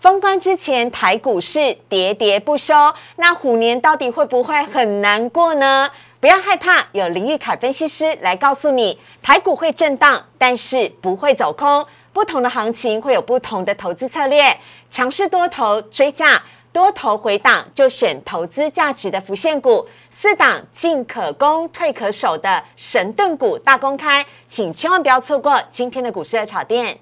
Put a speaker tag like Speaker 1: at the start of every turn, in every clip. Speaker 1: 封关之前，台股市喋喋不休，那虎年到底会不会很难过呢？不要害怕，有林玉凯分析师来告诉你，台股会震荡，但是不会走空。不同的行情会有不同的投资策略，强势多头追价，多头回档就选投资价值的浮现股，四档进可攻退可守的神盾股大公开，请千万不要错过今天的股市的炒店。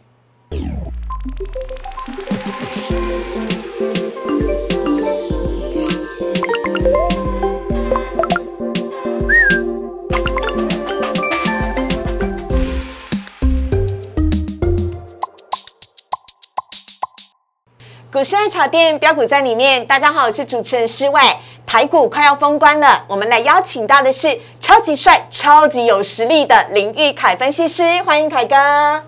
Speaker 1: 股市爱炒店标股在里面。大家好，我是主持人施伟。台股快要封关了，我们来邀请到的是超级帅、超级有实力的林玉凯分析师，欢迎凯哥。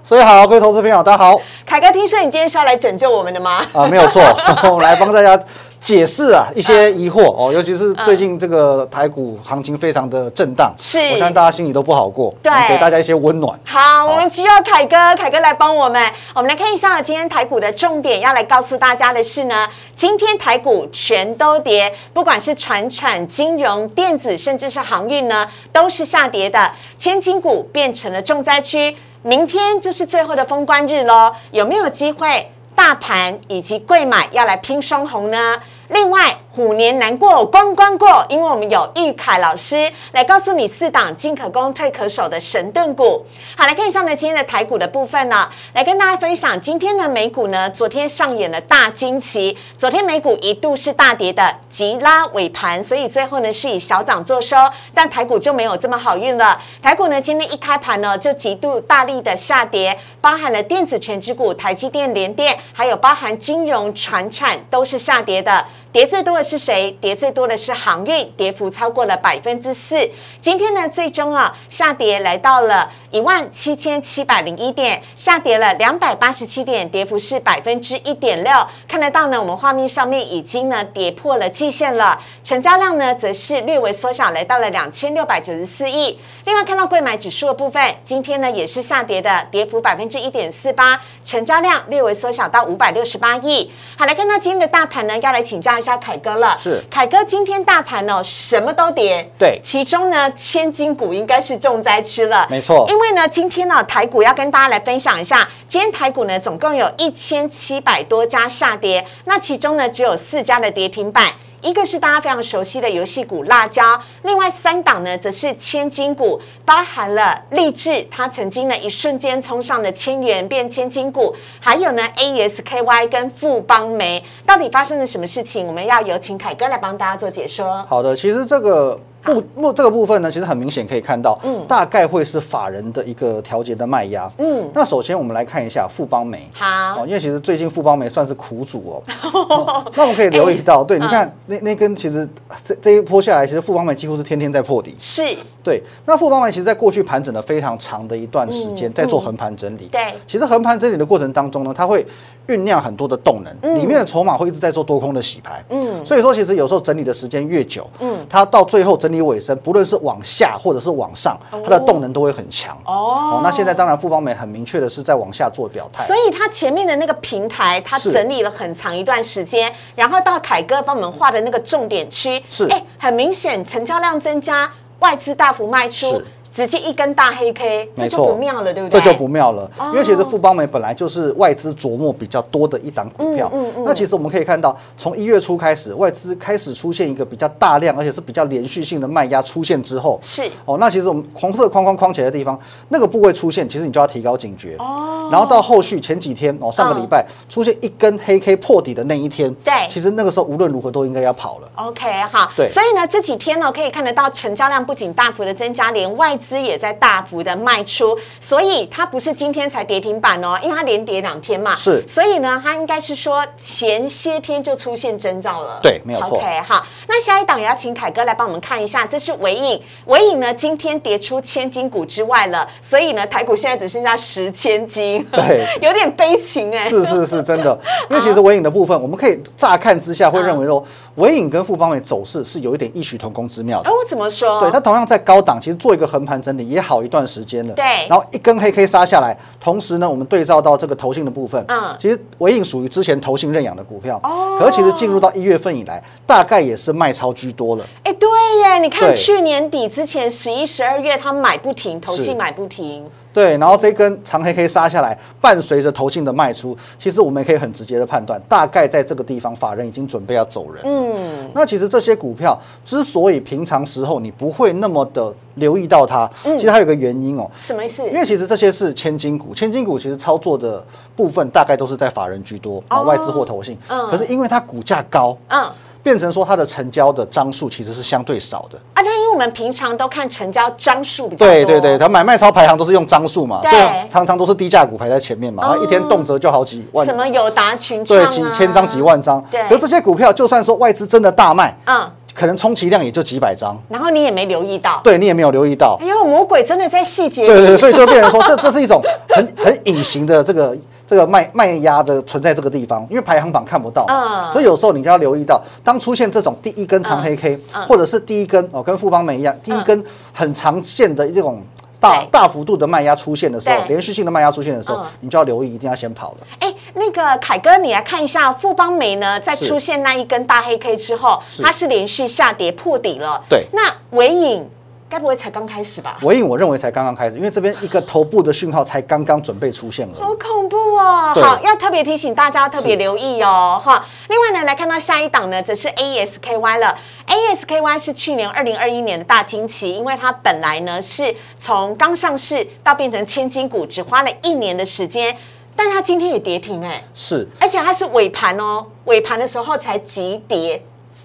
Speaker 2: 所以好，各位投资朋友，大 家好
Speaker 1: 凯哥，听说你今天是要来拯救我们的吗？
Speaker 2: 啊，没有错， 我来帮大家解释啊一些疑
Speaker 1: 嗯
Speaker 2: 惑哦，尤其是最近这个台股行情非常的震荡，
Speaker 1: 是
Speaker 2: 我相信大家心里都不好过，
Speaker 1: 对
Speaker 2: 给大家一些温暖。
Speaker 1: 好，我们肌肉凯哥，凯哥来帮我们。我们来看一下今天台股的重点，要来告诉大家的是呢，今天台股全都跌，不管是船产、金融、电子，甚至是航运呢，都是下跌的。千金股变成了重灾区，明天就是最后的封关日喽，有没有机会大盘以及贵买要来拼双红呢？另外，虎年难过关关过，因为我们有玉凯老师来告诉你四档进可攻退可守的神盾股。好，来看一下呢今天的台股的部分呢、来跟大家分享，今天的美股呢，昨天上演了大惊奇，昨天美股一度是大跌的，急拉尾盘，所以最后呢是以小涨作收，但台股就没有这么好运了。台股呢今天一开盘呢就极度大力的下跌，包含了电子全指股、台积电、联电，还有包含金融、船产都是下跌的。跌最多的是谁？跌最多的是航运，跌幅超过了百分之四。今天呢，最终啊下跌来到了一万七千七百零一点，下跌了两百八十七点，跌幅是百分之一点六。看得到呢，我们画面上面已经呢跌破了季线了，成交量呢则是略微缩小，来到了两千六百九十四亿。另外看到贵买指数的部分，今天呢也是下跌的，跌幅百分之一点四八，成交量略微缩小到五百六十八亿。好，来看到今天的大盘呢，要来请教一下凯哥了。
Speaker 2: 是
Speaker 1: 凯哥，今天大盘哦什么都跌，
Speaker 2: 对
Speaker 1: 其中呢千金股应该是重灾区了，
Speaker 2: 没错
Speaker 1: 因为呢今天呢、台股要跟大家来分享一下，今天台股呢总共有一千七百多家下跌，那其中呢只有四家的跌停板。一个是大家非常熟悉的游戏股辣椒，另外三档呢则是千金股，包含了励志，它曾经呢一瞬间冲上了千元变千金股，还有呢 E ASKY 跟富邦煤，到底发生了什么事情？我们要有请凯哥来帮大家做解说。
Speaker 2: 好的，其实这个部部这个部分呢，其实很明显可以看到，大概会是法人的一个调节的卖压。
Speaker 1: 嗯，
Speaker 2: 那首先我们来看一下富邦煤。
Speaker 1: 好
Speaker 2: 哦，，因为其实最近富邦煤算是 苦主哦。哦那我们可以留意到，对，你看那那根其实这这一波下来，其实富邦煤几乎是天天在破底。
Speaker 1: 是，
Speaker 2: 对，那富邦煤其实在过去盘整了非常长的一段时间，在做横盘整理。
Speaker 1: 对
Speaker 2: 其实横盘整理的过程当中呢，它会酝酿很多的动能，里面的筹码会一直在做多空的洗牌。嗯，所以说其实有时候整理的时间越久，嗯，它到最后整理尾声，不论是往下或者是往上，它的动能都会很强。
Speaker 1: 哦
Speaker 2: 哦，那现在当然富邦美很明确的是在往下做表态。
Speaker 1: 所以它前面的那个平台，它
Speaker 2: 是
Speaker 1: 整理了很长一段时间，然后到凯哥帮我们画的那个重点区，
Speaker 2: 是
Speaker 1: 哎，很明显成交量增加，外资大幅卖出
Speaker 2: 是，
Speaker 1: 直接一根大黑 K，这
Speaker 2: 没
Speaker 1: 就
Speaker 2: 错，
Speaker 1: 不妙了，对不哦对？
Speaker 2: 这就不妙了，因为其实富邦美本来就是外资琢磨比较多的一档股票。
Speaker 1: 嗯嗯嗯
Speaker 2: 那其实我们可以看到，从一月初开始，外资开始出现一个比较大量而且是比较连续性的卖压出现之后，
Speaker 1: 是
Speaker 2: 哦，那其实我们红色框框框起来的地方，那个部位出现，其实你就要提高警觉。哦。然后到后续前几天哦，上个礼拜出现一根黑 K 破底的那一天，
Speaker 1: 对
Speaker 2: 其实那个时候无论如何都应该要跑了。
Speaker 1: OK，好，
Speaker 2: 对
Speaker 1: 所以呢，这几天呢，可以看得到成交量不仅大幅的增加，连外资也在大幅的卖出，所以它不是今天才跌停板哦，因为它连跌两天嘛，
Speaker 2: 是
Speaker 1: 所以呢，它应该是说前些天就出现征兆了，
Speaker 2: 对没有错
Speaker 1: OK，好，那下一档也要请凯哥来帮我们看一下，这是尾影，尾影呢今天跌出千金股之外了，所以呢，台股现在只剩下十千金，
Speaker 2: 对
Speaker 1: 有点悲情哎、
Speaker 2: 是是是，真 的。因为其实尾影的部分，我们可以乍看之下会认为说，尾影跟富邦美走势是有一点异曲同工之妙的
Speaker 1: 哎、。我怎么说？
Speaker 2: 对，它同样在高档，其实做一个横盘盘整理也好一段时间了。
Speaker 1: 对
Speaker 2: 然后一根黑 K 杀下来，同时呢，我们对照到这个投信的部分，
Speaker 1: 嗯
Speaker 2: 其实尾影属于之前投信认养的股票，哦，可是其实进入到一月份以来，大概也是卖超居多了。
Speaker 1: 哎，对耶，你看
Speaker 2: 对
Speaker 1: 去年底之前十一、十二月，它买不停，投
Speaker 2: 是
Speaker 1: 信买不停，
Speaker 2: 对，然后这根长黑 K 杀下来，伴随着投信的卖出，其实我们也可以很直接的判断，大概在这个地方，法人已经准备要走人。嗯，那其实这些股票之所以平常时候你不会那么的留意到它，其实它有个原因哦，
Speaker 1: 什么意思？
Speaker 2: 因为其实这些是千金股，千金股其实操作的部分大概都是在法人居多，然后外资或投信。
Speaker 1: 嗯
Speaker 2: 可是因为它股价高，
Speaker 1: 嗯。
Speaker 2: 变成说它的成交的张数其实是相对少的。
Speaker 1: 啊，那因为我们平常都看成交张数比较多，
Speaker 2: 对对对，它买卖超排行都是用张数嘛，
Speaker 1: 哦对
Speaker 2: 所以常常都是低价股排在前面嘛，它一天动辄就好几万
Speaker 1: 什。么友达群创、啊、
Speaker 2: 对，几千张、几万张，
Speaker 1: 对
Speaker 2: 可是这些股票就算说外资真的大卖，
Speaker 1: 嗯，
Speaker 2: 可能充其量也就几百张，
Speaker 1: 然后你也没留意到，
Speaker 2: 对你也没有留意到
Speaker 1: 哎，呦，魔鬼真的在细节里，
Speaker 2: 对对对，所以就变成说，这这是一种很很隐形的这个这个卖卖压的存在这个地方，因为排行榜看不到嘛，
Speaker 1: 嗯
Speaker 2: 所以有时候你就要留意到，当出现这种第一根长黑 K，或者
Speaker 1: 嗯
Speaker 2: 是第一根哦，跟富邦美一样，第一根很常见的这种大
Speaker 1: 对
Speaker 2: 大幅度的卖压出现的时候，
Speaker 1: 对
Speaker 2: 连续性的卖压出现的时候
Speaker 1: 嗯，
Speaker 2: 你就要留意，一定要先跑了。
Speaker 1: 哎，那个凯哥，你来看一下富邦美呢，在出现那一根大黑 K 之后，
Speaker 2: 是
Speaker 1: 它是连续下跌破底了。
Speaker 2: 对
Speaker 1: 那尾影该不会才刚开始吧？
Speaker 2: 尾影我认为才刚刚开始，因为这边一个头部的讯号才刚刚准备出现而已。
Speaker 1: 好恐怖哦！
Speaker 2: 对
Speaker 1: 好，要特别提醒大家要特别留意哦，哈。另外呢，来看到下一档呢，则是 ASKY 了。ASKY 是去年二零二一年的大惊奇，因为它本来呢是从刚上市到变成千金股，只花了一年的时间，但它今天也跌停哎、
Speaker 2: 是，
Speaker 1: 而且它是尾盘哦，尾盘的时候才急跌，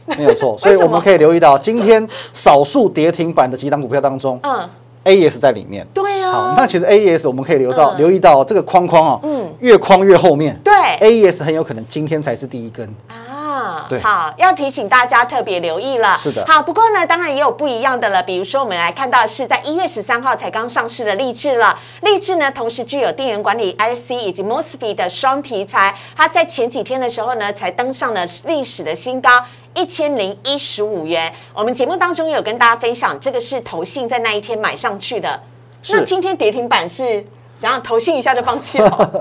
Speaker 2: 没 有错，所以我们可以留意到，今天少数跌停板的几档股票当中，
Speaker 1: 嗯，
Speaker 2: A 也是在里面。
Speaker 1: 对
Speaker 2: 好，
Speaker 1: 啊，
Speaker 2: 那其实 AES 我们可以留到、
Speaker 1: 嗯
Speaker 2: 留意到这个框框哦，越框越后面。
Speaker 1: 对
Speaker 2: ，AES 很有可能今天才是第一根。
Speaker 1: 啊
Speaker 2: 对，
Speaker 1: 好，要提醒大家特别留意了。
Speaker 2: 是的
Speaker 1: 好，不过呢，当然也有不一样的了。比如说，我们来看到是在一月十三号才刚上市的励志了。励志呢，同时具有电源管理 IC 以及 MOSFET 的双题材，它在前几天的时候呢，才登上了历史的新高。一千零一十五元，我们节目当中有跟大家分享，这个是投信在那一天买上去的。
Speaker 2: 是
Speaker 1: 那今天跌停板是怎样？投信一下就放弃 了？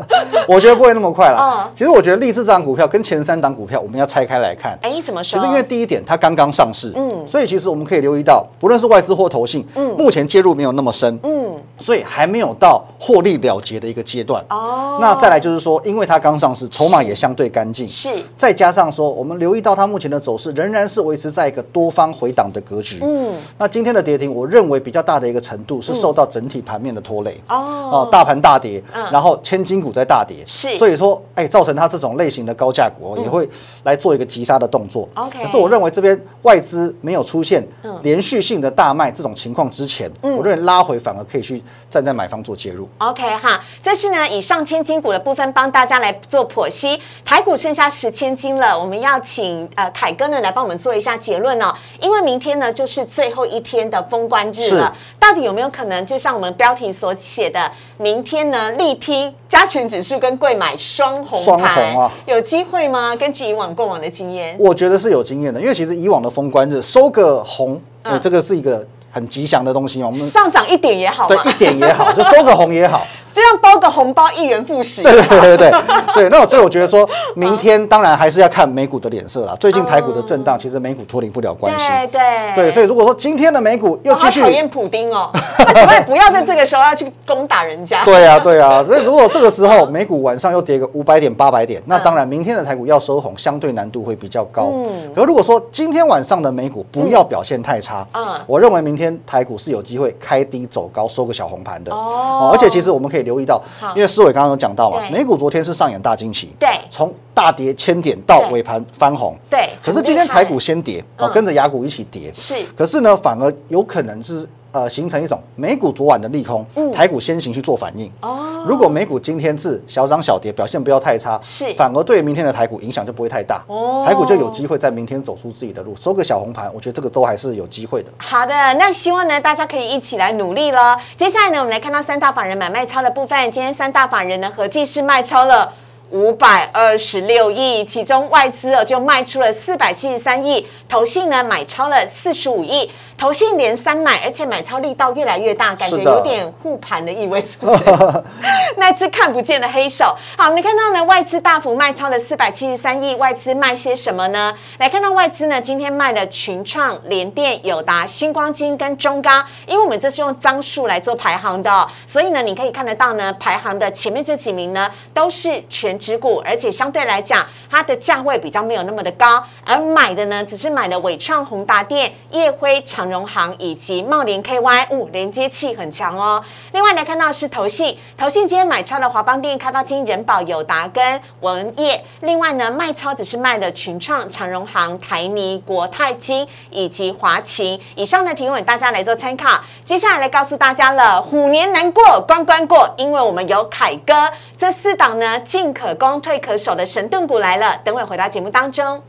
Speaker 2: 我觉得不会那么快啦
Speaker 1: 嗯。
Speaker 2: 其实我觉得励志这档股票跟前三档股票我们要拆开来看。
Speaker 1: 哎，怎么
Speaker 2: 其
Speaker 1: 说？
Speaker 2: 实因为第一点，它刚刚上市，嗯，所以其实我们可以留意到，不论是外资或投信，嗯，目前介入没有那么深，嗯，所以还没有到获利了结的一个阶段。
Speaker 1: 哦
Speaker 2: 那再来就是说，因为它刚上市，筹码也相对干净，
Speaker 1: 是
Speaker 2: 再加上说，我们留意到它目前的走势仍然是维持在一个多方回档的格局。嗯，那今天的跌停，我认为比较大的一个程度是受到整体盘面的拖累。
Speaker 1: 哦
Speaker 2: 大盘大跌，然后千金股在大跌，
Speaker 1: 是嗯
Speaker 2: 所以说，哎，造成它这种类型的高价股哦也会来做一个急杀的动作。
Speaker 1: OK 嗯
Speaker 2: 可是我认为这边外资没有出现连续性的大卖这种情况之前，我认为拉回反而可以去站在买方做介入。
Speaker 1: OK 哈，这是呢以上千金股的部分帮大家来做剖析，台股剩下十千金了，我们要请呃凯哥呢来帮我们做一下结论哦，因为明天呢就是最后一天的封关日了，到底有没有可能就像我们标题所写的，明天呢力拼加权指数跟贵买双红
Speaker 2: 双
Speaker 1: 盘，
Speaker 2: 红啊
Speaker 1: 有机会吗？根据以往过往的经验，
Speaker 2: 我觉得是有经验的，因为其实以往的封关日收个红，
Speaker 1: 嗯
Speaker 2: 呃，这个是一个很吉祥的东西嘛，我们
Speaker 1: 上涨一点也好
Speaker 2: 嗯对
Speaker 1: 嘛，
Speaker 2: 一点也好，就 收个红也 好，
Speaker 1: 这样包个红包一元复始。
Speaker 2: 对对对对对。那所以我觉得说明天当然还是要看美股的脸色啦。最近台股的震荡，其实美股脱离不了关系。
Speaker 1: 嗯对对
Speaker 2: 对，所以如果说今天的美股又
Speaker 1: 我
Speaker 2: 继
Speaker 1: 哦好
Speaker 2: 续
Speaker 1: 讨厌普丁 哦，可不可以不要在这个时候要去攻打人 家？
Speaker 2: 对啊，对啊。所以如果这个时候美股晚上又跌个五百点、八百点，
Speaker 1: 嗯
Speaker 2: 那当然明天的台股要收红，相对难度会比较高。嗯。可如果说今天晚上的美股不要表现太差，
Speaker 1: 嗯
Speaker 2: 嗯
Speaker 1: 嗯，
Speaker 2: 我认为明天台股是有机会开低走高，收个小红盘的。
Speaker 1: 哦
Speaker 2: 而且其实我们可以留意到
Speaker 1: 好，
Speaker 2: 因为思伟刚刚有讲到嘛，
Speaker 1: 对
Speaker 2: 美股昨天是上演大惊奇，
Speaker 1: 对
Speaker 2: 从大跌千点到
Speaker 1: 对
Speaker 2: 尾盘翻红，
Speaker 1: 对
Speaker 2: 可是
Speaker 1: 很
Speaker 2: 今天
Speaker 1: 厉害
Speaker 2: 台股先跌，哦
Speaker 1: 嗯，
Speaker 2: 跟着雅股一起跌，
Speaker 1: 是
Speaker 2: 可是呢，反而有可能是呃形成一种美股昨晚的利空，台股先行去做反应。
Speaker 1: 嗯哦
Speaker 2: 如果美股今天是小涨小跌，表现不要太差，
Speaker 1: 是
Speaker 2: 反而对明天的台股影响就不会太大。
Speaker 1: 哦
Speaker 2: 台股就有机会在明天走出自己的路，收个小红盘，我觉得这个都还是有机会的。
Speaker 1: 好的，那希望呢大家可以一起来努力喽。接下来呢，我们来看到三大法人买卖超的部分。今天三大法人呢合计是卖超了。五百二十六亿，其中外资哦就卖出了四百七十三亿，投信呢买超了四十五亿。投信连三买，而且买超力道越来越大，感觉
Speaker 2: 是的
Speaker 1: 有点护盘的意味，是不是？ 那只看不见的黑手。好，你看到呢？外资大幅卖超了四百七十三亿，外资卖些什么呢？来看到外资呢，今天卖了群创、联电、友达、星光金跟中钢，因为我们这是用张数来做排行的哦、所以呢，你可以看得到呢，排行的前面这几名呢都是全指股，而且相对来讲，它的价位比较没有那么的高，而买的呢只是买了伟创、宏达电、业辉、长荣行以及茂联 KY，五哦连接器很强哦。另外呢，看到是投信，投信今天买超了华邦电、开发金、人保、友达跟文业。另外呢，卖超只是卖了群创、长荣行、台泥、国泰金以及华勤。以上呢，提供给大家来做参考。接下来来告诉大家了，虎年难过关关过，因为我们有凯哥这四档呢，进可攻退可守的神盾股来了。等会回到节目当中。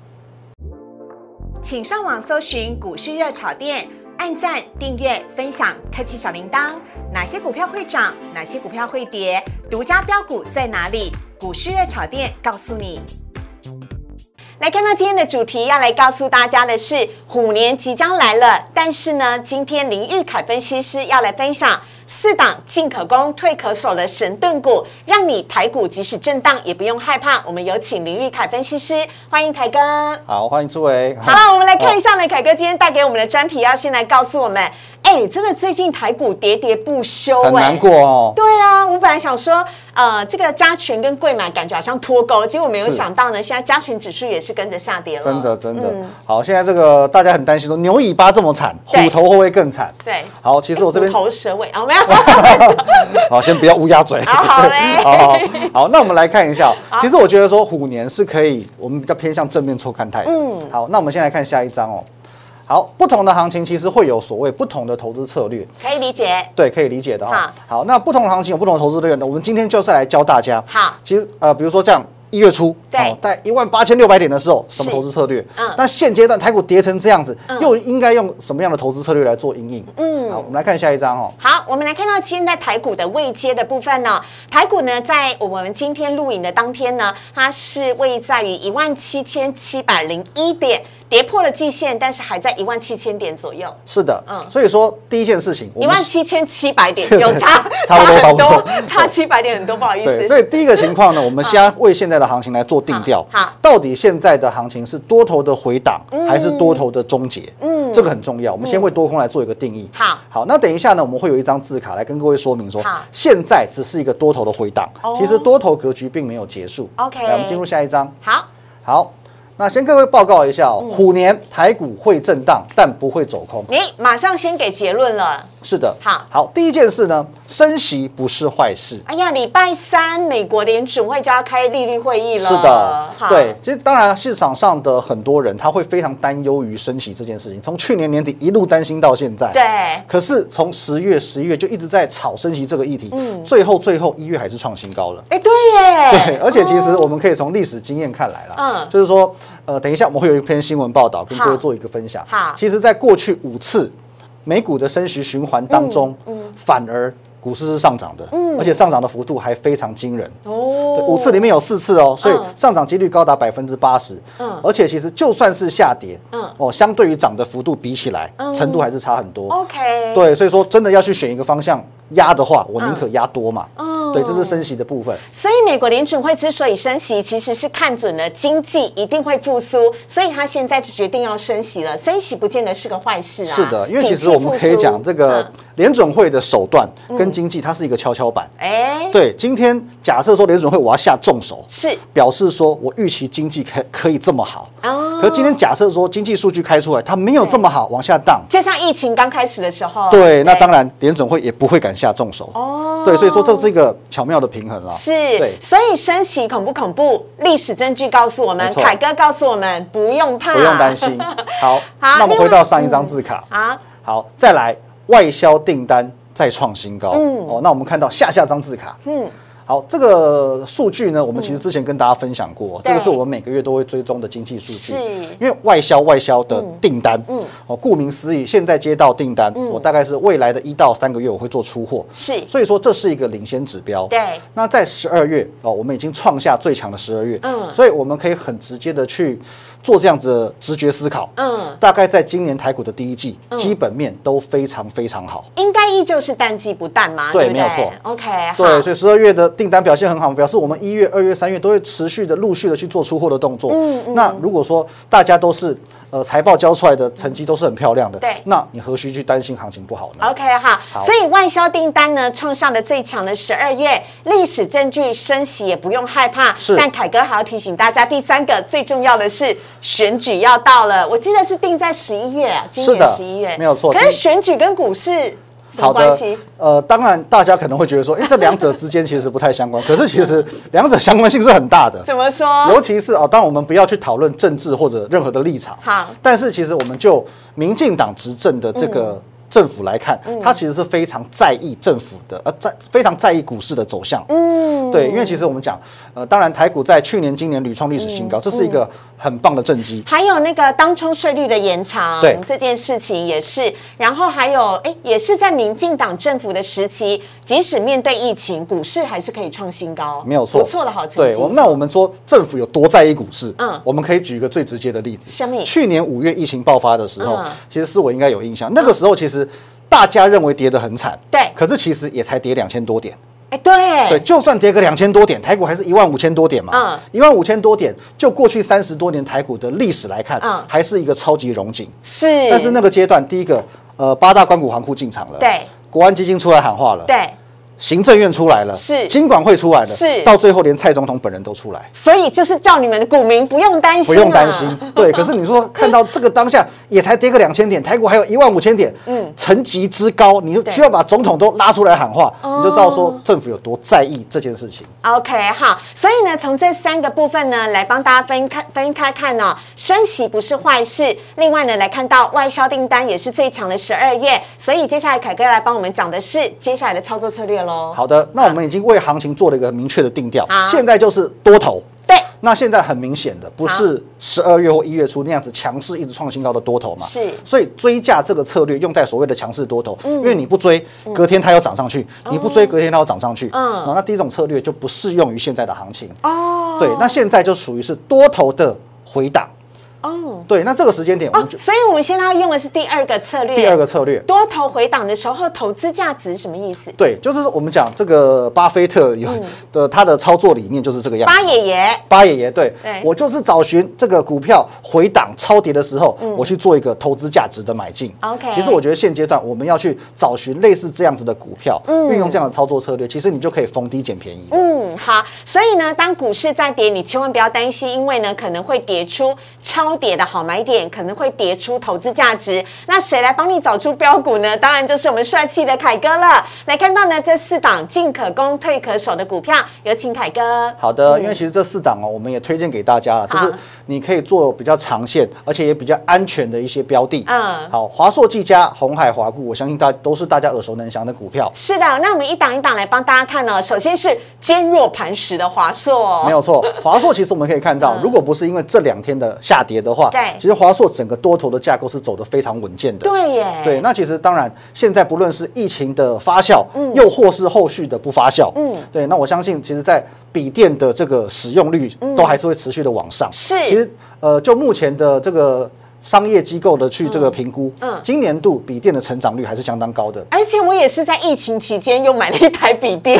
Speaker 1: 请上网搜寻股市热炒店，按赞、订阅、分享，开启小铃铛。哪些股票会涨？哪些股票会跌？独家标股在哪里？股市热炒店告诉你。来看到今天的主题，要来告诉大家的是虎年即将来了，但是呢，今天林玉凯分析师要来分享四档进可攻退可守的神盾股，让你台股即使震荡也不用害怕。我们有请林玉凯分析师，欢迎凯哥。
Speaker 2: 好，欢迎志伟。
Speaker 1: 好了，我们来看一下呢，凯哥今天带给我们的专题，要先来告诉我们，哎，真的最近台股喋喋不休、
Speaker 2: 很
Speaker 1: 哎，
Speaker 2: 难过哦。
Speaker 1: 对啊，我本来想说，呃，这个加权跟贵买感觉好像脱钩，结果没有
Speaker 2: 是
Speaker 1: 想到呢，现在加权指数也是跟着下跌了，
Speaker 2: 真的，真的、
Speaker 1: 嗯
Speaker 2: 好，现在这个大家很担心说牛尾巴这么惨，
Speaker 1: 对
Speaker 2: 虎头会不会更惨？
Speaker 1: 对。
Speaker 2: 好，其实我这边
Speaker 1: 虎头蛇尾啊，没有，
Speaker 2: 好，先不要乌鸦嘴。
Speaker 1: 好好哎嘞
Speaker 2: 好好好那我们来看一下哦。其实我觉得说虎年是可以，我们比较偏向正面抽看待。嗯，好，那我们先来看下一章哦。好，不同的行情其实会有所谓不同的投资策略，
Speaker 1: 可以理解。
Speaker 2: 对，可以理解的哈、
Speaker 1: 好
Speaker 2: 好，那不同的行情有不同的投资策略呢，我们今天就是来教大家。
Speaker 1: 好
Speaker 2: 其实呃，比如说这样。一月初，
Speaker 1: 对
Speaker 2: 哦在一万八千六百点的时候，什么
Speaker 1: 是
Speaker 2: 投资策略？
Speaker 1: 嗯
Speaker 2: 那现阶段台股跌成这样子，
Speaker 1: 嗯
Speaker 2: 又应该用什么样的投资策略来做阴影？嗯，好，我们来看下一章哦。
Speaker 1: 好，我们来看到今天在台股的位阶的部分呢、台股呢在我们今天录影的当天呢，它是位在于一万七千七百零一点，跌破了季线，但是还在一万七千点左右，
Speaker 2: 是的，
Speaker 1: 嗯
Speaker 2: 所以说第一件事情，我
Speaker 1: 一
Speaker 2: 们
Speaker 1: 万七千七百 点，有差
Speaker 2: 差不多
Speaker 1: 很
Speaker 2: 差
Speaker 1: 多
Speaker 2: 不多，
Speaker 1: 差七百点很多，不好意
Speaker 2: 对，
Speaker 1: 思。
Speaker 2: 所以第一个情况呢，我们先为现在的行情来做定调
Speaker 1: 好嗯好，
Speaker 2: 到底现在的行情是多头的回档还是多头的终结？嗯，这个很重要，我们先为多空来做一个定义。
Speaker 1: 好
Speaker 2: 好，那等一下呢，我们会有一张字卡来跟各位说明说
Speaker 1: 好，
Speaker 2: 现在只是一个多头的回档
Speaker 1: 哦，
Speaker 2: 其实多头格局并没有结束。
Speaker 1: OK
Speaker 2: 来，我们进入下一章。
Speaker 1: 好，
Speaker 2: 好。那先各位报告一下
Speaker 1: 嗯
Speaker 2: 哦，虎年台股会震荡，但不会走空。
Speaker 1: 你马上先给结论了。
Speaker 2: 是的，
Speaker 1: 嗯好
Speaker 2: 好，第一件事呢，升息不是坏事。
Speaker 1: 哎呀，礼拜三美国联准会就要开利率会议了。
Speaker 2: 是的
Speaker 1: 好，
Speaker 2: 对，，其实当然市场上的很多人他会非常担忧于升息这件事情，从去年年底一路担心到现在。
Speaker 1: 对
Speaker 2: 可是从十月、十一月就一直在炒升息这个议题，最后最后一月还是创新高了。
Speaker 1: 哎，嗯对耶，
Speaker 2: 对，而且其实我们可以从历史经验看来啦，
Speaker 1: 嗯
Speaker 2: 就是说，呃，等一下我们会有一篇新闻报道跟
Speaker 1: 好
Speaker 2: 各位做一个分享。
Speaker 1: 好
Speaker 2: 其实，在过去五次美股的升息循环当中，
Speaker 1: 嗯
Speaker 2: 反而股市是上涨的，而且上涨的幅度还非常惊人。
Speaker 1: 哦
Speaker 2: 对，五次里面有四次哦，所以
Speaker 1: 嗯
Speaker 2: 上涨几率高达百分之八十。
Speaker 1: 嗯
Speaker 2: 而且其实就算是下跌，
Speaker 1: 嗯
Speaker 2: 哦，相对于涨的幅度比起来
Speaker 1: 嗯，
Speaker 2: 程度还是差很多。
Speaker 1: OK，，
Speaker 2: 对，所以说真的要去选一个方向压的话，我宁可压多嘛。
Speaker 1: 嗯
Speaker 2: 对，这是升息的部分。
Speaker 1: 所以美国联准会之所以升息，其实是看准了经济一定会复苏，所以他现在就决定要升息了。升息不见得是个坏事啊。
Speaker 2: 是的，因为其
Speaker 1: 景气
Speaker 2: 实我们可以
Speaker 1: 复苏
Speaker 2: 讲这个
Speaker 1: 嗯
Speaker 2: 联准会的手段跟经济，它是一个跷跷板。
Speaker 1: 哎、
Speaker 2: 对，今天假设说联准会我要下重手，
Speaker 1: 是
Speaker 2: 表示说我预期经济可可以这么好。
Speaker 1: 哦
Speaker 2: 可是今天假设说经济数据开出来，它没有这么好，往下荡，
Speaker 1: 就像疫情刚开始的时候，
Speaker 2: 对，那当然联总会也不会敢下重手。
Speaker 1: 哦
Speaker 2: 对，所以说这是一个巧妙的平衡了。
Speaker 1: 是
Speaker 2: 对，，
Speaker 1: 所以升息恐不恐怖？历史证据告诉我们
Speaker 2: 没，错
Speaker 1: 凯哥告诉我们，不用怕，
Speaker 2: 不用担 心。好，那我们
Speaker 1: 另外
Speaker 2: 回到上一张字卡。
Speaker 1: 啊。
Speaker 2: 好，再来外销订单再创新高。哦，那我们看到下下张字卡。嗯，好，这个数据呢，我们其实之前跟大家分享过，这个
Speaker 1: 对
Speaker 2: 是我们每个月都会追踪的经济数据
Speaker 1: 是。
Speaker 2: 因为外销外销的订单，
Speaker 1: 嗯
Speaker 2: 哦，顾名思义，现在接到订单，我大概是未来的一到三个月我会做出货，
Speaker 1: 是
Speaker 2: 所以说这是一个领先指标。
Speaker 1: 对
Speaker 2: 那在十二月哦，我们已经创下最强的十二月，
Speaker 1: 嗯
Speaker 2: 所以我们可以很直接的去做这样子的直觉思考，
Speaker 1: 嗯
Speaker 2: 大概在今年台股的第一季，基本面都非常非常好。
Speaker 1: 应该依旧是淡季不淡嘛，
Speaker 2: 对
Speaker 1: 不
Speaker 2: 没有错
Speaker 1: 对？OK，
Speaker 2: 对，
Speaker 1: 好
Speaker 2: 所以十二月的订单表现很好，表示我们一月、二月、三月都会持续的、陆续的去做出货的动作。
Speaker 1: 嗯
Speaker 2: 那如果说大家都是呃财报交出来的成绩都是很漂亮的，
Speaker 1: 对
Speaker 2: 那你何须去担心行情不好呢？
Speaker 1: OK 哈，
Speaker 2: 好
Speaker 1: 所以外销订单呢创下了最强的十二月，历史证据升息也不用害怕。
Speaker 2: 是
Speaker 1: 但凯哥还要提醒大家，第三个最重要的是选举要到了，我记得是定在十一月啊，今
Speaker 2: 是
Speaker 1: 年
Speaker 2: 的
Speaker 1: 十一月，
Speaker 2: 没有错
Speaker 1: 可是选举跟股市什么
Speaker 2: 好
Speaker 1: 关
Speaker 2: 的
Speaker 1: 系？，
Speaker 2: 呃，当然大家可能会觉 得说，哎，这两者之间其实不太相关，可是其实两者相关性是很大的。
Speaker 1: 怎么说？
Speaker 2: 尤其是啊，当然我们不要去讨论政治或者任何的立场。
Speaker 1: 好
Speaker 2: 但是其实我们就民进党执政的这个
Speaker 1: 嗯
Speaker 2: 政府来看，他其实是非常在意政府的，呃，在非常在意股市的走向。嗯，对，因为其实我们讲，呃，当然台股在去年、今年屡创历史新
Speaker 1: 嗯
Speaker 2: 高，这是一个很棒的政绩。
Speaker 1: 还有那个当冲税率的延长，
Speaker 2: 对
Speaker 1: 这件事情也是，然后还有哎，也是在民进党政府的时期，即使面对疫情，股市还是可以创新高，
Speaker 2: 没有错，
Speaker 1: 不错的好成绩。
Speaker 2: 对，我们那我们说政府有多在意股市？
Speaker 1: 嗯
Speaker 2: 嗯，我们可以举一个最直接的例子。
Speaker 1: 什么
Speaker 2: 去年五月疫情爆发的时候
Speaker 1: 嗯，
Speaker 2: 其实是我应该有印象。那个时候其实大家认为跌得很惨，
Speaker 1: 对
Speaker 2: 可是其实也才跌两千多点。
Speaker 1: 哎，对
Speaker 2: 对，就算跌个两千多点，台股还是一万五千多点嘛
Speaker 1: 嗯。
Speaker 2: 一万五千多点，就过去三十多年台股的历史来看
Speaker 1: 嗯，
Speaker 2: 还是一个超级荣景。
Speaker 1: 是，
Speaker 2: 但是那个阶段，第一个，呃，八大关股行库进场了，
Speaker 1: 对，
Speaker 2: 国安基金出来喊话了，
Speaker 1: 对，
Speaker 2: 行政院出来了，
Speaker 1: 是
Speaker 2: 金管会出来了，
Speaker 1: 是
Speaker 2: 到最后连蔡总统本人都出来，
Speaker 1: 所以就是叫你们的股民不用担心、
Speaker 2: 不
Speaker 1: 啊，
Speaker 2: 用担心。对，可是你 说看到这个当下也才跌个两千点，台股还有一万五千点，嗯，层级之高，你就
Speaker 1: 对哦
Speaker 2: 需要把总统都拉出来喊话，你就知道说政府有多在意这件事情。
Speaker 1: OK，好，所以呢，从这三个部分呢，来帮大家分开分开看哦。升息不是坏事，另外呢，来看到外销订单也是最强的十二月，所以接下来凯哥要来帮我们讲的是接下来的操作策略喽。，
Speaker 2: 好的，那我们已经为行情做了一个明确的定调
Speaker 1: 好，
Speaker 2: 现在就是多头。
Speaker 1: 对，
Speaker 2: 那现在很明显的不是十二月或一月初那样子强势一直创新高的多头嘛？
Speaker 1: 是嗯
Speaker 2: 所以追价这个策略用在所谓的强势多头，因为你不追，隔天它又涨上去；你不追，隔天它又涨上去。
Speaker 1: 哦嗯
Speaker 2: 哦，那第一种策略就不适用于现在的行情。
Speaker 1: 哦，
Speaker 2: 对，那现在就属于是多头的回档。
Speaker 1: 哦，
Speaker 2: 对，那这个时间点我
Speaker 1: 哦
Speaker 2: 们，就
Speaker 1: 所以我们现在要用的是第二个策略，
Speaker 2: 第二个策略。
Speaker 1: 多头回档的时候，投资价值什么意思？
Speaker 2: 对，就是我们讲这个巴菲特有
Speaker 1: 嗯
Speaker 2: 的他的操作理念就是这个样子。
Speaker 1: 八爷爷，
Speaker 2: 八爷爷，对
Speaker 1: 对
Speaker 2: 我就是找寻这个股票回档超跌的时候，我去做一个投资价值的买进。
Speaker 1: 嗯 OK
Speaker 2: 其实我觉得现阶段我们要去找寻类似这样子的股票，运用这样的操作策略，其实你就可以逢低捡便宜。
Speaker 1: 嗯，好，所以呢，当股市在跌，你千万不要担心，因为呢，可能会跌出超跌的好买点，可能会跌出投资价值。那谁来帮你找出标股呢？当然就是我们帅气的凯哥了。来看到呢，这四档进可攻、退可守的股票，有请凯哥。
Speaker 2: 好的，因为其实这四档哦，我们也推荐给大家了，就
Speaker 1: 嗯好
Speaker 2: 是你可以做比较长线，而且也比较安全的一些标的。
Speaker 1: 嗯
Speaker 2: 好，华硕、技嘉、红海、华固，我相信大都是大家耳熟能详的股票。
Speaker 1: 是的，那我们一档一档来帮大家看哦。首先是坚若磐石的华硕，
Speaker 2: 没有错，华硕其实我们可以看到，如果不是因为这两天的下跌的话，
Speaker 1: 嗯对
Speaker 2: 其实华硕整个多头的架构是走得非常稳健的。
Speaker 1: 对耶，
Speaker 2: 对，那其实当然，现在不论是疫情的发酵，
Speaker 1: 嗯
Speaker 2: 又或是后续的不发酵，嗯，对，那我相信，其实，在笔电的这个使用率都还是会持续的往上。
Speaker 1: 嗯是
Speaker 2: 其实呃，就目前的这个商业机构的去这个评估，
Speaker 1: 嗯
Speaker 2: 今年度笔电的成长率还是相当高的。
Speaker 1: 而且我也是在疫情期间又买了一台笔电，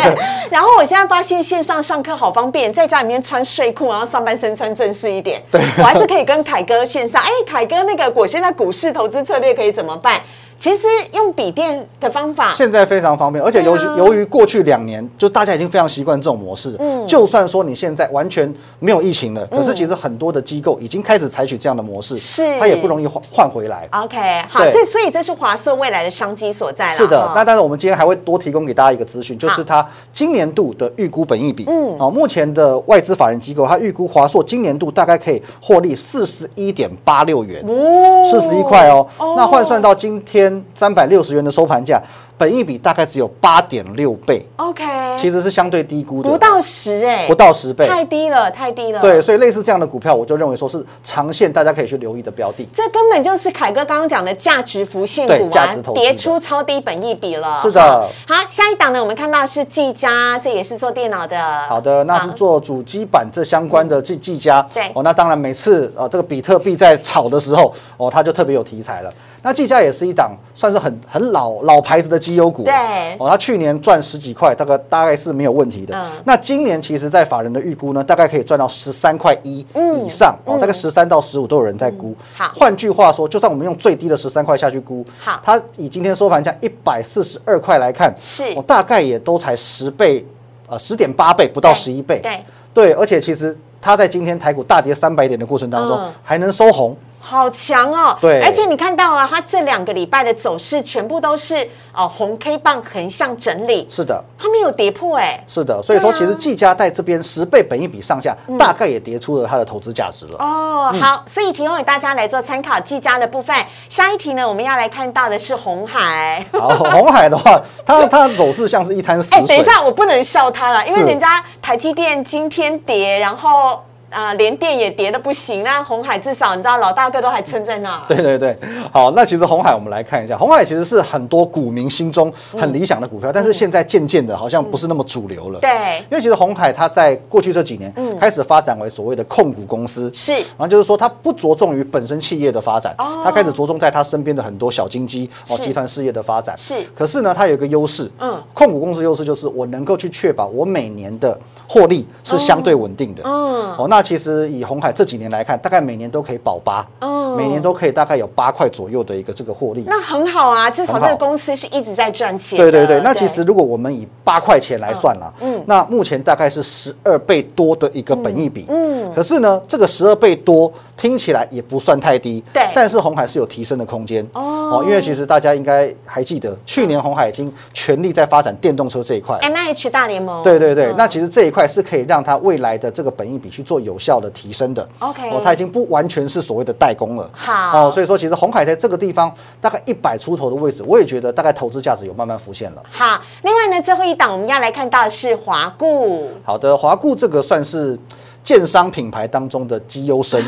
Speaker 1: 然后我现在发现线上上课好方便，在家里面穿睡裤，然后上半身穿正式一点，我还是可以跟凯哥线上。哎，凯哥，那个我现在股市投资策略可以怎么办？其实用笔电的方法，
Speaker 2: 现在非常方便，而且由于
Speaker 1: 对啊
Speaker 2: 由于过去两年，就大家已经非常习惯这种模式。嗯，就算说你现在完全没有疫情了，可是其实很多的机构已经开始采取这样的模式，
Speaker 1: 嗯是
Speaker 2: 它也不容易换换回来。
Speaker 1: OK，好，
Speaker 2: 对
Speaker 1: 这所以这是华硕未来的商机所在了。
Speaker 2: 是的
Speaker 1: 哦，
Speaker 2: 那当然我们今天还会多提供给大家一个资讯，就是它今年度的预估本益比。嗯，哦，目前的外资法人机构它预估华硕今年度大概可以获利四十一点八六元，
Speaker 1: 哦
Speaker 2: 四十一块哦。那换算到今天三百六十元的收盘价。本益比大概只有八点六倍，
Speaker 1: ，OK，
Speaker 2: 其实是相对低估的，
Speaker 1: 不到十哎，
Speaker 2: 不到十倍。
Speaker 1: 太低了，太低了，
Speaker 2: 对，，所以类似这样的股票，我就认为说是长线大家可以去留意的标的。
Speaker 1: 这根本就是凯哥刚刚讲的价值浮现
Speaker 2: 对
Speaker 1: 股啊
Speaker 2: 价值投，资的
Speaker 1: 跌出超低本益比了。
Speaker 2: 是的
Speaker 1: 哈好，下一档呢，我们看到是技嘉，这也是做电脑的。啊
Speaker 2: 好的，那是做主机板这相关的技技嘉。
Speaker 1: 对
Speaker 2: 哦，那当然每次呃这个比特币在炒的时候，哦它就特别有题材了。那技嘉也是一档算是很很老老牌子的绩优股了，
Speaker 1: 对
Speaker 2: 哦，它去年赚十几块，大概大概是没有问题的。
Speaker 1: 嗯
Speaker 2: 那今年其实，在法人的预估呢，大概可以赚到十三块一以上，哦，大概十三到十五都有人在估。
Speaker 1: 嗯好
Speaker 2: 换句话说，就算我们用最低的十三块下去估，
Speaker 1: 好
Speaker 2: 它以今天收盘价一百四十二块来看，
Speaker 1: 是
Speaker 2: 哦，大概也都才十倍，呃，十点八倍不到十一倍。
Speaker 1: 对，
Speaker 2: 对，而且其实它在今天台股大跌三百点的过程当中，
Speaker 1: 嗯
Speaker 2: 还能收红。
Speaker 1: 好强哦！
Speaker 2: 对
Speaker 1: 而且你看到啊，它这两个礼拜的走势全部都是哦红 K 棒横向整理，
Speaker 2: 是的，
Speaker 1: 它没有跌破哎、
Speaker 2: 是的。所以说，
Speaker 1: 对啊嗯
Speaker 2: 其实技嘉在这边十倍本一比上下，大概也跌出了它的投资价值了。
Speaker 1: 哦，好，所以提供给大家来做参考技嘉的部分。下一题呢，我们要来看到的是红海。
Speaker 2: 好，红海的话，它它走势像是一滩死
Speaker 1: 哎、
Speaker 2: 水。
Speaker 1: 等一下，我不能笑他了，因为
Speaker 2: 是
Speaker 1: 人家台积电今天跌，然后呃联电也跌的不行，那红海至少你知道老大哥都还撑在那儿。
Speaker 2: 对对对，好，那其实红海我们来看一下，红海其实是很多股民心中
Speaker 1: 嗯
Speaker 2: 很理想的股票，但是现在渐渐的好像不是那么主流了。
Speaker 1: 对
Speaker 2: 因为其实红海它在过去这几年
Speaker 1: 嗯
Speaker 2: 开始发展为所谓的控股公司，
Speaker 1: 是
Speaker 2: 然后就是说它不着重于本身企业的发展，
Speaker 1: 哦
Speaker 2: 它开始着重在它身边的很多小经济哦
Speaker 1: 是
Speaker 2: 集团事业的发展。
Speaker 1: 是
Speaker 2: 可是呢，它有一个优势，
Speaker 1: 嗯
Speaker 2: 控股公司优势就是我能够去确保我每年的获利是相对稳定的。
Speaker 1: 嗯
Speaker 2: 哦，那其实以红海这几年来看，大概每年都可以保八，
Speaker 1: 嗯
Speaker 2: 每年都可以大概有八块左右的一个这个获利。
Speaker 1: 那很好啊，至少
Speaker 2: 很
Speaker 1: 这
Speaker 2: 好
Speaker 1: 个公司是一直在赚钱的。
Speaker 2: 对对对，那其实如果我们以八块钱来算啦，嗯，那目前大概是十二倍多的一个本益比，嗯，可是呢，这个十二倍多听起来也不算太低，
Speaker 1: 对
Speaker 2: 但是红海是有提升的空间
Speaker 1: 哦
Speaker 2: 因为其实大家应该还记得，去年红海已经全力在发展电动车这一块，
Speaker 1: M H 大联盟。
Speaker 2: 对对对，
Speaker 1: 哎嗯
Speaker 2: 那其实这一块是可以让它未来的这个本益比去做有效的提升的。
Speaker 1: OK
Speaker 2: 哦，它已经不完全是所谓的代工了。
Speaker 1: 好
Speaker 2: 哦，所以说其实红海在这个地方大概一百出头的位置，我也觉得大概投资价值有慢慢浮现了。
Speaker 1: 好，另外呢，最后一档我们要来看到的是华固。
Speaker 2: 好的，华固这个算是。建商品牌当中的绩 优生，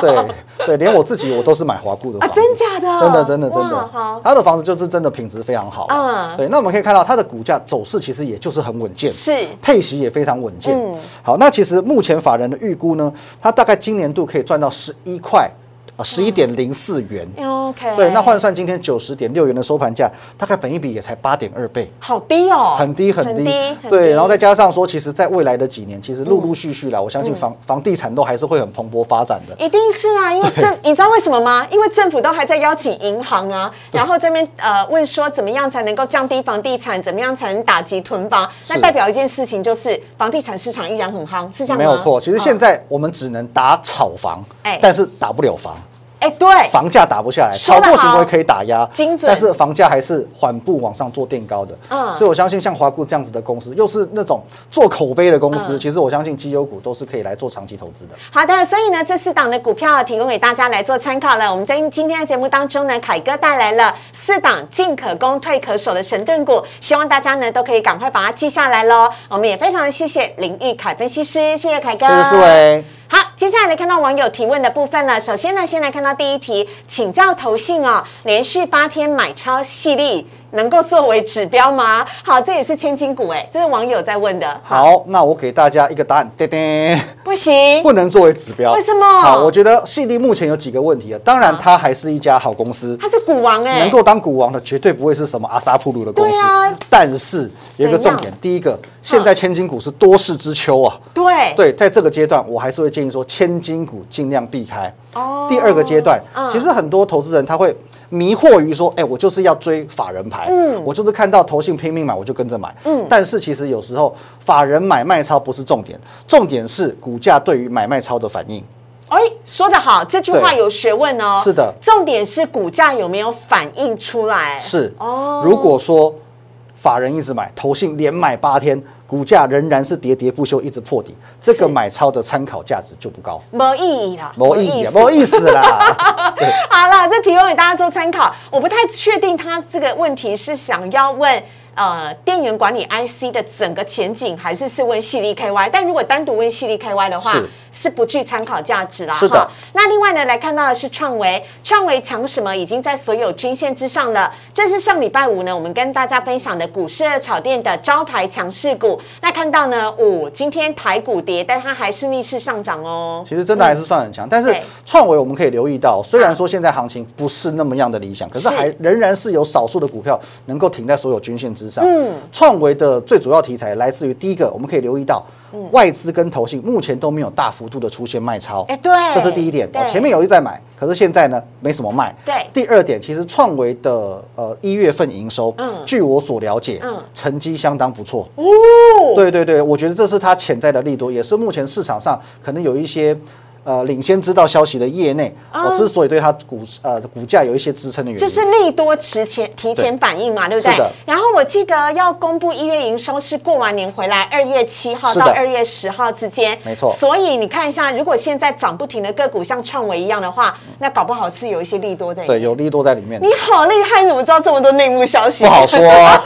Speaker 2: 对对，连我自己我都是买华固的
Speaker 1: 啊
Speaker 2: 房子，
Speaker 1: 真假的
Speaker 2: 真的真的真
Speaker 1: 哇
Speaker 2: 的
Speaker 1: 好，
Speaker 2: 它的房子就是真的品质非常好啊，
Speaker 1: 嗯
Speaker 2: 对，那我们可以看到它的股价走势其实也就是很稳健，
Speaker 1: 是
Speaker 2: 配息也非常稳健。
Speaker 1: 嗯
Speaker 2: 好，那其实目前法人的预估呢，它大概今年度可以赚到十一块啊，十一点零四元。
Speaker 1: 嗯 OK。
Speaker 2: 对，那换算今天九十点六元的收盘价，大概本一比也才八点二倍，
Speaker 1: 好低哦，
Speaker 2: 很低很
Speaker 1: 很
Speaker 2: 低。
Speaker 1: 很
Speaker 2: 对，
Speaker 1: 低嗯
Speaker 2: 然后再加上说，其实在未来的几年，其实陆陆续续啦，我相信房房地产都还是会很蓬勃发展的。
Speaker 1: 一定是 啊，因为政你知道为什么吗？因为政府都还在邀请银行 啊，然后这边呃问说怎么样才能够降低房地产，怎么样才能打击囤房？那
Speaker 2: 是
Speaker 1: 代表一件事情就是房地产市场依然很夯，是这样吗？
Speaker 2: 没有错，其实现
Speaker 1: 嗯
Speaker 2: 在我们只能打炒房
Speaker 1: 哎，
Speaker 2: 但是打不了房。
Speaker 1: 哎、对，
Speaker 2: 房价打不下来，
Speaker 1: 说
Speaker 2: 炒
Speaker 1: 得好
Speaker 2: 作行为可以打压
Speaker 1: 精，准
Speaker 2: 但是房价还是缓步往上做垫高的。
Speaker 1: 嗯
Speaker 2: 所以我相信像华固这样子的公司，又是那种做口碑的公司，
Speaker 1: 嗯
Speaker 2: 其实我相信绩优股都是可以来做长期投资的。
Speaker 1: 好的，所以呢，这四档的股票提供给大家来做参考了。我们在今天的节目当中呢，凯哥带来了四档进可攻、退可守的神盾股，希望大家呢都可以赶快把它记下来喽。我们也非常谢谢林玉凯分析师，谢谢凯哥，
Speaker 2: 谢谢思维。
Speaker 1: 好，接下来来看到网友提问的部分了。首先呢，先来看到第一题，请教投信哦，连续八天买超细粒能够作为指标吗？好，这也是千金股哎、这是网友在问的。，
Speaker 2: 好，那我给大家一个答案，叮叮，
Speaker 1: 不行，
Speaker 2: 不能作为指标。
Speaker 1: 为什么
Speaker 2: 好，我觉得细粒目前有几个问题啊，当然它还是一家好公司，
Speaker 1: 它是股王哎、
Speaker 2: 能够当股王的绝对不会是什么阿萨普鲁的公司
Speaker 1: 对啊。
Speaker 2: 但是有一个
Speaker 1: 怎样
Speaker 2: 重点，第一个，现在千金股是多事之秋啊。
Speaker 1: 对
Speaker 2: 对，在这个阶段，我还是会建议说，千金股尽量避开。
Speaker 1: 哦
Speaker 2: 第二个阶段
Speaker 1: 嗯，
Speaker 2: 其实很多投资人他会迷惑于说，哎，我就是要追法人牌，
Speaker 1: 嗯
Speaker 2: 我就是看到投信拼命买，我就跟着买。但是其实有时候法人买卖超不是重点，重点是股价对于买卖超的反应。
Speaker 1: 哎，说得好，这句话
Speaker 2: 对
Speaker 1: 有学问哦。
Speaker 2: 是的
Speaker 1: 重点是股价有没有反映出来？
Speaker 2: 是
Speaker 1: 哦
Speaker 2: 如果说法人一直买，投信连买八天，股价仍然是喋喋不休，一直破底，这
Speaker 1: 是
Speaker 2: 个买超的参考价值就不高，
Speaker 1: 没意义啦，
Speaker 2: 没意义啊，没意思 啦。对
Speaker 1: 好啦，这提供给大家做参考。我不太确定他这个问题是想要问呃电源管理 IC 的整个前景，还是是问细粒 KY。但如果单独问细粒 KY 的话，
Speaker 2: 是
Speaker 1: 是不具参考价值啦。
Speaker 2: 是的
Speaker 1: 哈。那另外呢，来看到的是创维，创维强什么已经在所有均线之上了。这是上礼拜五呢，我们跟大家分享的股市热炒店的招牌强势股。那看到呢，五、今天台股跌，但它还是逆势上涨哦。
Speaker 2: 其实真的还是算很强，但是
Speaker 1: 对
Speaker 2: 创维我们可以留意到，虽然说现在行情不是那么样的理想，可是还仍然是有少数的股票能够停在所有均线之上。嗯，创维的最主要题材来自于第一个，我们可以留意到。外资跟投信目前都没有大幅度的出现卖超，
Speaker 1: 哎对
Speaker 2: 这是第一点。哦
Speaker 1: 对
Speaker 2: 前面有一在买，可是现在呢没什么卖。
Speaker 1: 对
Speaker 2: 第二点，其实创维的呃一月份营收，
Speaker 1: 嗯
Speaker 2: 据我所了解，
Speaker 1: 嗯
Speaker 2: 成绩相当不错。
Speaker 1: 哦，
Speaker 2: 对对对，我觉得这是它潜在的利多，也是目前市场上可能有一些呃领先知道消息的业内，我、
Speaker 1: 嗯
Speaker 2: 之所以对它股呃股价有一些支撑的原因，
Speaker 1: 就是利多提前提前反应嘛，对不对
Speaker 2: 是的？
Speaker 1: 然后我记得要公布一月营收是过完年回来，二月七号
Speaker 2: 是
Speaker 1: 到
Speaker 2: 的
Speaker 1: 二月十号之间，
Speaker 2: 没错
Speaker 1: 所以你看一下，如果现在涨不停的个股像创维一样的话，那搞不好是有一些利多在里面。
Speaker 2: 对有利多在里面
Speaker 1: 你，好厉害，你怎么知道这么多内幕消息？
Speaker 2: 不 好说、啊。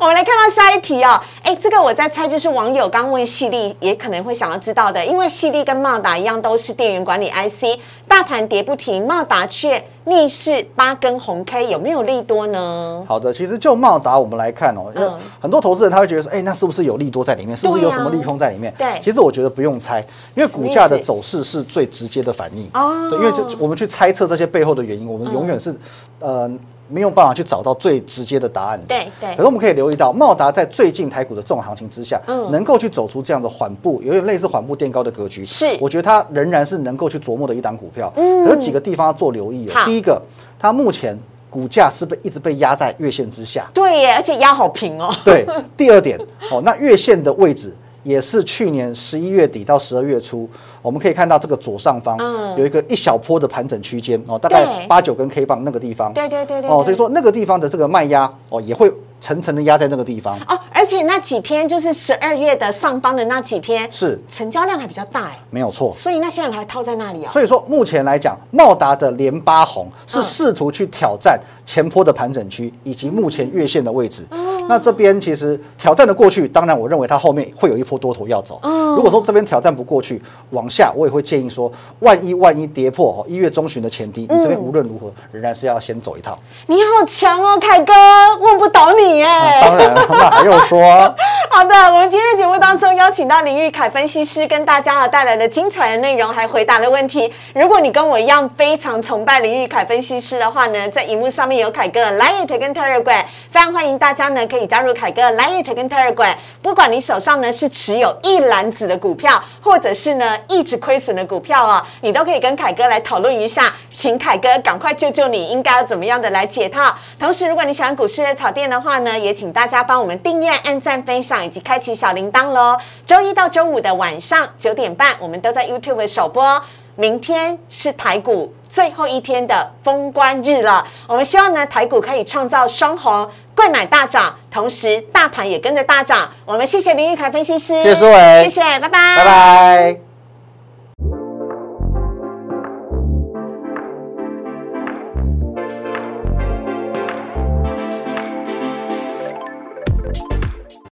Speaker 1: 我们来看到下一题哦，哎，这个我在猜，就是网友刚问细粒，也可能会想要知道的，因为细粒跟茂达一样，都是电源管理 IC，大盘跌不停，茂达却逆势八根红 K，有没有利多呢？
Speaker 2: 好的，其实就茂达我们来看哦，因为
Speaker 1: 哦嗯
Speaker 2: 很多投资人他会觉得说，哎，那是不是有利多在里面？是不是
Speaker 1: 对啊
Speaker 2: 有什么利空在里面？
Speaker 1: 对
Speaker 2: 其实我觉得不用猜，因为股
Speaker 1: 什么
Speaker 2: 价
Speaker 1: 意思
Speaker 2: 的走势是最直接的反应。
Speaker 1: 哦
Speaker 2: 对，因为这我们去猜测这些背后的原因，我们永远是呃没有办法去找到最直接的答案的。
Speaker 1: 嗯对对
Speaker 2: 可是我们可以留意到，茂达在最近台股的这种行情之下，
Speaker 1: 嗯
Speaker 2: 能够去走出这样的缓步，有点类似缓步垫高的格局。
Speaker 1: 是
Speaker 2: 我觉得它仍然是能够去琢磨的一档股票。可是几个地方要做留意哦
Speaker 1: 嗯好。
Speaker 2: 第一个，它目前股价是被一直被压在月线之下。
Speaker 1: 对耶，而且压好平哦。
Speaker 2: 对， 第二点哦，那月线的位置也是去年十一月底到十二月初，我们可以看到这个左上方
Speaker 1: 嗯
Speaker 2: 有一个一小坡的盘整区间哦，大概
Speaker 1: 对
Speaker 2: 八九根 K 棒那个地方。
Speaker 1: 对对对对
Speaker 2: 哦，
Speaker 1: 对
Speaker 2: 所以说那个地方的这个卖压哦，也会层层的压在那个地方。
Speaker 1: 哦，而且那几天就是十二月的上班的那几天，
Speaker 2: 是
Speaker 1: 成交量还比较大哎，
Speaker 2: 没有错，
Speaker 1: 所以那些人还套在那里哦。
Speaker 2: 所以说，目前来讲，茂达的连八红是试图去挑战前坡的盘整区以及目前月线的位置。那这边其实挑战的过去，当然我认为它后面会有一波多头要走。如果说这边挑战不过去，往下我也会建议说，万一万一跌破哦一月中旬的前低，你这边无论如何仍然是要先走一趟。
Speaker 1: 你好强哦，凯哥，问不倒你耶。
Speaker 2: 当然，那还用说啊、
Speaker 1: 好的，我们今天的节目当中邀请到林玉凯分析师跟大家啊带来了精彩的内容，还回答了问题。如果你跟我一样非常崇拜林玉凯分析师的话呢，在荧幕上面有凯哥的 Lite 跟 Telegram，非常欢迎大家呢可以加入凯哥的 Lite 跟 Telegram。不管你手上呢是持有一篮子的股票，或者是呢一直亏损的股票啊，你都可以跟凯哥来讨论一下，请凯哥赶快救救你，应该要怎么样的来解套。同时，如果你喜欢股市的草店的话呢，也请大家帮我们订阅、按赞、分享以及开启小铃铛喽。周一到周五的晚上九点半，我们都在 YouTube 首播。明天是台股最后一天的封关日了，我们希望呢台股可以创造双红，贵买大涨，同时大盘也跟着大涨。我们谢谢林玉凯分析师，
Speaker 2: 谢谢思维
Speaker 1: 谢谢，拜拜，
Speaker 2: 拜拜。